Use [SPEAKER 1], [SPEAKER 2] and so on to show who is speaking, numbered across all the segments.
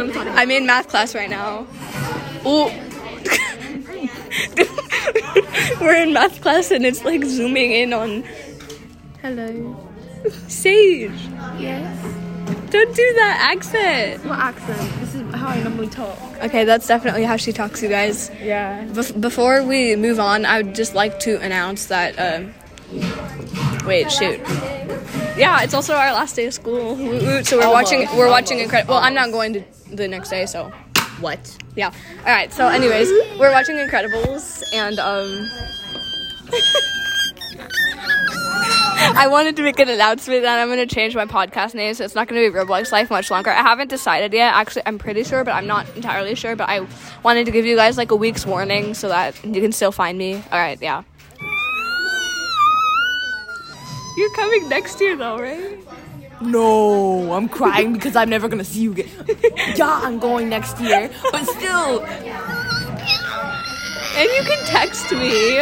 [SPEAKER 1] I'm in math class right now. Oh. We're in math class and it's like zooming in on
[SPEAKER 2] Hello.
[SPEAKER 1] Sage.
[SPEAKER 2] Yes.
[SPEAKER 1] Don't do that accent.
[SPEAKER 2] What accent? This is how I normally talk.
[SPEAKER 1] Okay, that's definitely how she talks, you guys.
[SPEAKER 2] Yeah.
[SPEAKER 1] Bef- before we move on, I would just like to announce that. um wait, shoot. Yeah, it's also our last day of school. Woot woot. So we're watching. We're watching incredible. Well, I'm not going to the next day, so
[SPEAKER 3] What?
[SPEAKER 1] yeah. All right. So, anyways, we're watching Incredibles, and um. I wanted to make an announcement that I'm going to change my podcast name, so it's not going to be Roblox Life much longer. I haven't decided yet. Actually, I'm pretty sure, but I'm not entirely sure. But I wanted to give you guys like a week's warning so that you can still find me. All right, yeah. You're coming next year, though, right?
[SPEAKER 3] No, I'm crying because I'm never gonna see you again. yeah, I'm going next year, but still.
[SPEAKER 1] And you can text me.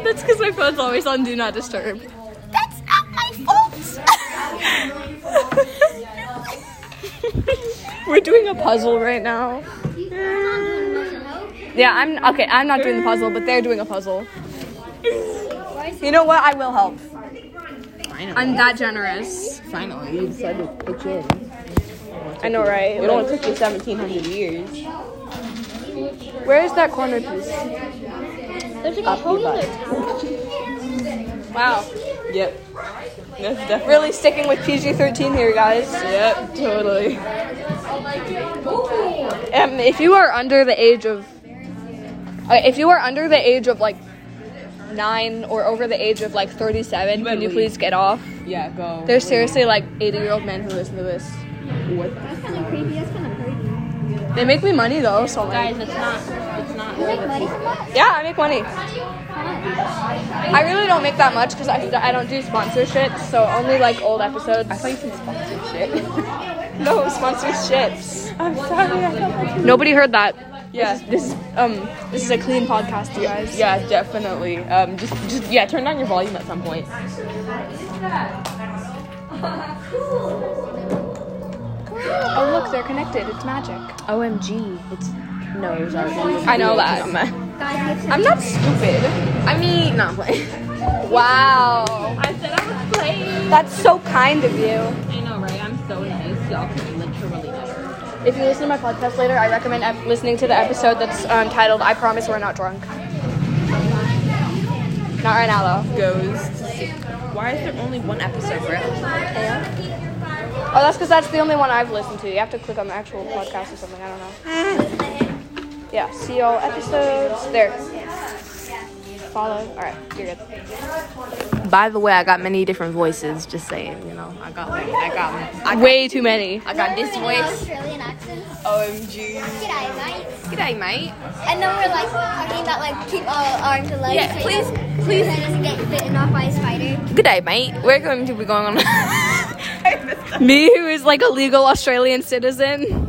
[SPEAKER 1] That's because my phone's always on Do Not Disturb.
[SPEAKER 4] That's not my fault.
[SPEAKER 1] We're doing a puzzle right now. Yeah, I'm okay. I'm not doing the puzzle, but they're doing a puzzle. You know what? I will help. I'm that generous.
[SPEAKER 3] Finally, you decided to pitch in.
[SPEAKER 1] I know, right?
[SPEAKER 3] It only took you 1,700 years.
[SPEAKER 1] Where is that corner piece? Wow.
[SPEAKER 3] Yep. That's definitely.
[SPEAKER 1] Really sticking with PG 13 here, guys.
[SPEAKER 3] Yep, totally.
[SPEAKER 1] Um, if you are under the age of, uh, if you are under the age of like nine or over the age of like 37, can you
[SPEAKER 3] leave.
[SPEAKER 1] please get off?
[SPEAKER 3] Yeah, go.
[SPEAKER 1] There's seriously like 80 year old men who listen to this.
[SPEAKER 3] What?
[SPEAKER 4] That's kind of creepy. That's kind of creepy.
[SPEAKER 1] They make me money though, so like,
[SPEAKER 3] Guys, it's not. It's not.
[SPEAKER 4] You make money from that?
[SPEAKER 1] yeah, I make money.
[SPEAKER 4] How much?
[SPEAKER 1] I really don't make that much because I, I don't do sponsorships, so only like old episodes. I thought you said sponsorship. no, sponsorships.
[SPEAKER 3] I'm sorry. I thought
[SPEAKER 1] Nobody heard that.
[SPEAKER 3] Yeah.
[SPEAKER 1] This is um this is a clean podcast, you guys.
[SPEAKER 3] Yeah, definitely. Um, just, just yeah, turn down your volume at some point.
[SPEAKER 1] Oh look, they're connected. It's magic.
[SPEAKER 3] OMG, it's no, it was already.
[SPEAKER 1] I know that.
[SPEAKER 3] I'm,
[SPEAKER 4] Guys, it's-
[SPEAKER 3] I'm not stupid. I mean, not playing.
[SPEAKER 1] Wow.
[SPEAKER 5] I said I was playing.
[SPEAKER 1] That's so kind of you.
[SPEAKER 5] I know, right? I'm so nice. Y'all can literally never.
[SPEAKER 1] If you listen to my podcast later, I recommend ep- listening to the episode that's um, titled "I Promise We're Not Drunk." Not right now, though.
[SPEAKER 3] Goes. To see. Why is there only one episode left?
[SPEAKER 1] Oh, that's because that's the only one I've listened to. You have to click on the actual podcast or something. I don't know. Yeah, see all episodes there. Follow. All right, you're good.
[SPEAKER 3] By the way, I got many different voices. Just saying, you know, I got, I got, I got,
[SPEAKER 1] Way too many.
[SPEAKER 3] I got this
[SPEAKER 4] Remember when
[SPEAKER 3] voice.
[SPEAKER 4] we had Australian accents.
[SPEAKER 3] OMG.
[SPEAKER 4] G'day, mate.
[SPEAKER 3] G'day, mate.
[SPEAKER 4] And then we're like talking about like keep our arms and legs.
[SPEAKER 3] Yeah,
[SPEAKER 4] so he
[SPEAKER 3] please,
[SPEAKER 4] doesn't- please. So he doesn't get bitten off by a spider.
[SPEAKER 3] G'day, mate. We're going to be going on.
[SPEAKER 1] Me, who is like a legal Australian citizen.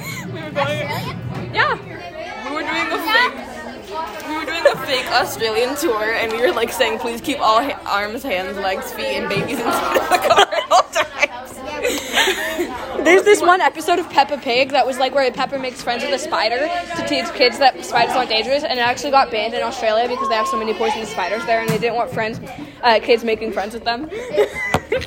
[SPEAKER 4] Australian?
[SPEAKER 1] Yeah.
[SPEAKER 3] We were doing a fake. We were doing a fake Australian tour, and we were like saying, "Please keep all ha- arms, hands, legs, feet, and babies inside of the car at all times."
[SPEAKER 1] There's this one episode of Peppa Pig that was like where Peppa makes friends with a spider to teach kids that spiders aren't dangerous, and it actually got banned in Australia because they have so many poisonous spiders there, and they didn't want friends, uh, kids making friends with them.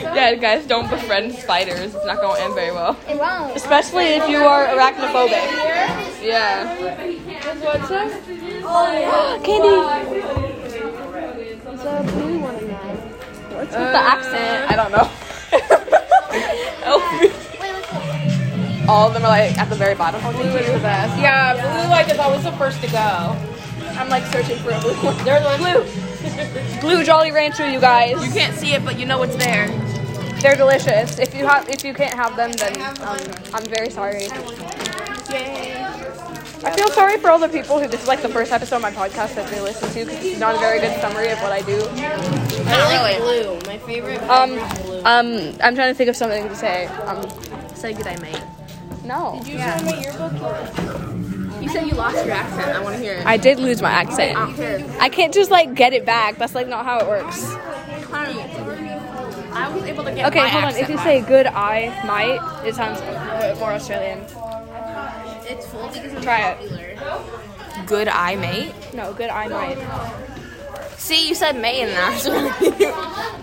[SPEAKER 3] Yeah, guys, don't befriend spiders. It's not going to end very well.
[SPEAKER 4] It won't.
[SPEAKER 1] Especially if you are arachnophobic.
[SPEAKER 3] Yeah.
[SPEAKER 1] Candy. What's with the accent?
[SPEAKER 3] I don't know. Oh,
[SPEAKER 4] Wait, what's that?
[SPEAKER 3] all of them are like at the very bottom.
[SPEAKER 5] Yeah, blue light is always the first to go.
[SPEAKER 1] I'm like searching for a blue one.
[SPEAKER 5] There's one blue.
[SPEAKER 1] Blue Jolly Rancher, you guys.
[SPEAKER 3] You can't see it, but you know it's there.
[SPEAKER 1] They're delicious. If you have, if you can't have them, then um, I'm very sorry. I feel sorry for all the people who this is like the first episode of my podcast that they listen to because it's not a very good summary of what I do.
[SPEAKER 3] I like
[SPEAKER 1] Um, um, I'm trying to think of something to say. Um,
[SPEAKER 3] Say good day, mate.
[SPEAKER 1] no. Did you yeah.
[SPEAKER 3] You said you lost your accent. I want to hear it.
[SPEAKER 1] I did lose my accent. I can't just like get it back. That's like not how it works.
[SPEAKER 3] I was able to get
[SPEAKER 1] Okay,
[SPEAKER 3] my
[SPEAKER 1] hold on.
[SPEAKER 3] accent
[SPEAKER 1] If you
[SPEAKER 3] back.
[SPEAKER 1] say good, I might, it sounds more Australian. It's full because Try it.
[SPEAKER 3] good eye, mate.
[SPEAKER 1] No, good, I might.
[SPEAKER 3] See, you said mate, and I was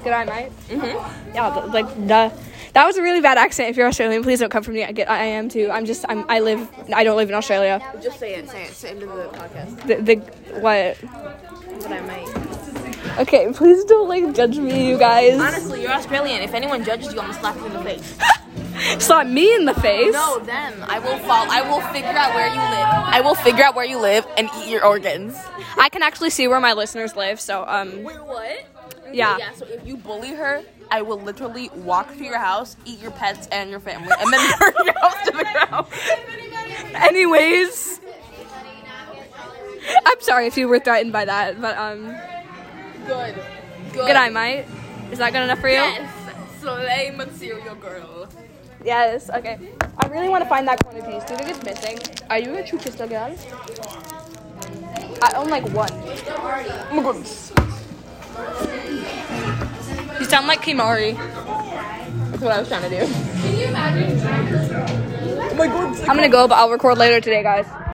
[SPEAKER 1] Good, I might? Mm-hmm. Yeah, but, like, duh. That was a really bad accent. If you're Australian, please don't come for me. I get, I am too. I'm just, I'm, I live, I don't live in Australia.
[SPEAKER 3] Just say it, say it, say it into the podcast.
[SPEAKER 1] The, the, what?
[SPEAKER 3] But I might.
[SPEAKER 1] Okay, please don't like judge me, you guys.
[SPEAKER 3] Honestly, you're Australian. If anyone judges you, I'm gonna slap you in the face.
[SPEAKER 1] Slap me in the face.
[SPEAKER 3] No, them. I will fall. I will figure out where you live. I will figure out where you live and eat your organs.
[SPEAKER 1] I can actually see where my listeners live, so um,
[SPEAKER 3] Wait, what?
[SPEAKER 1] Yeah.
[SPEAKER 3] Yeah. So if you bully her, I will literally walk to your house, eat your pets and your family, and then burn your house to the ground.
[SPEAKER 1] anyways, I'm sorry if you were threatened by that, but um,
[SPEAKER 3] Good.
[SPEAKER 1] good I might. Is that good enough for you?
[SPEAKER 3] Slay material girl.
[SPEAKER 1] Yes, Okay. I really want to find that corner piece. Do you think it's missing? Are you a chupista girl? I own like one. Oh my goodness. You sound like Kimari.
[SPEAKER 3] That's what I was trying to do.
[SPEAKER 1] Oh I'm gonna go, but I'll record later today, guys.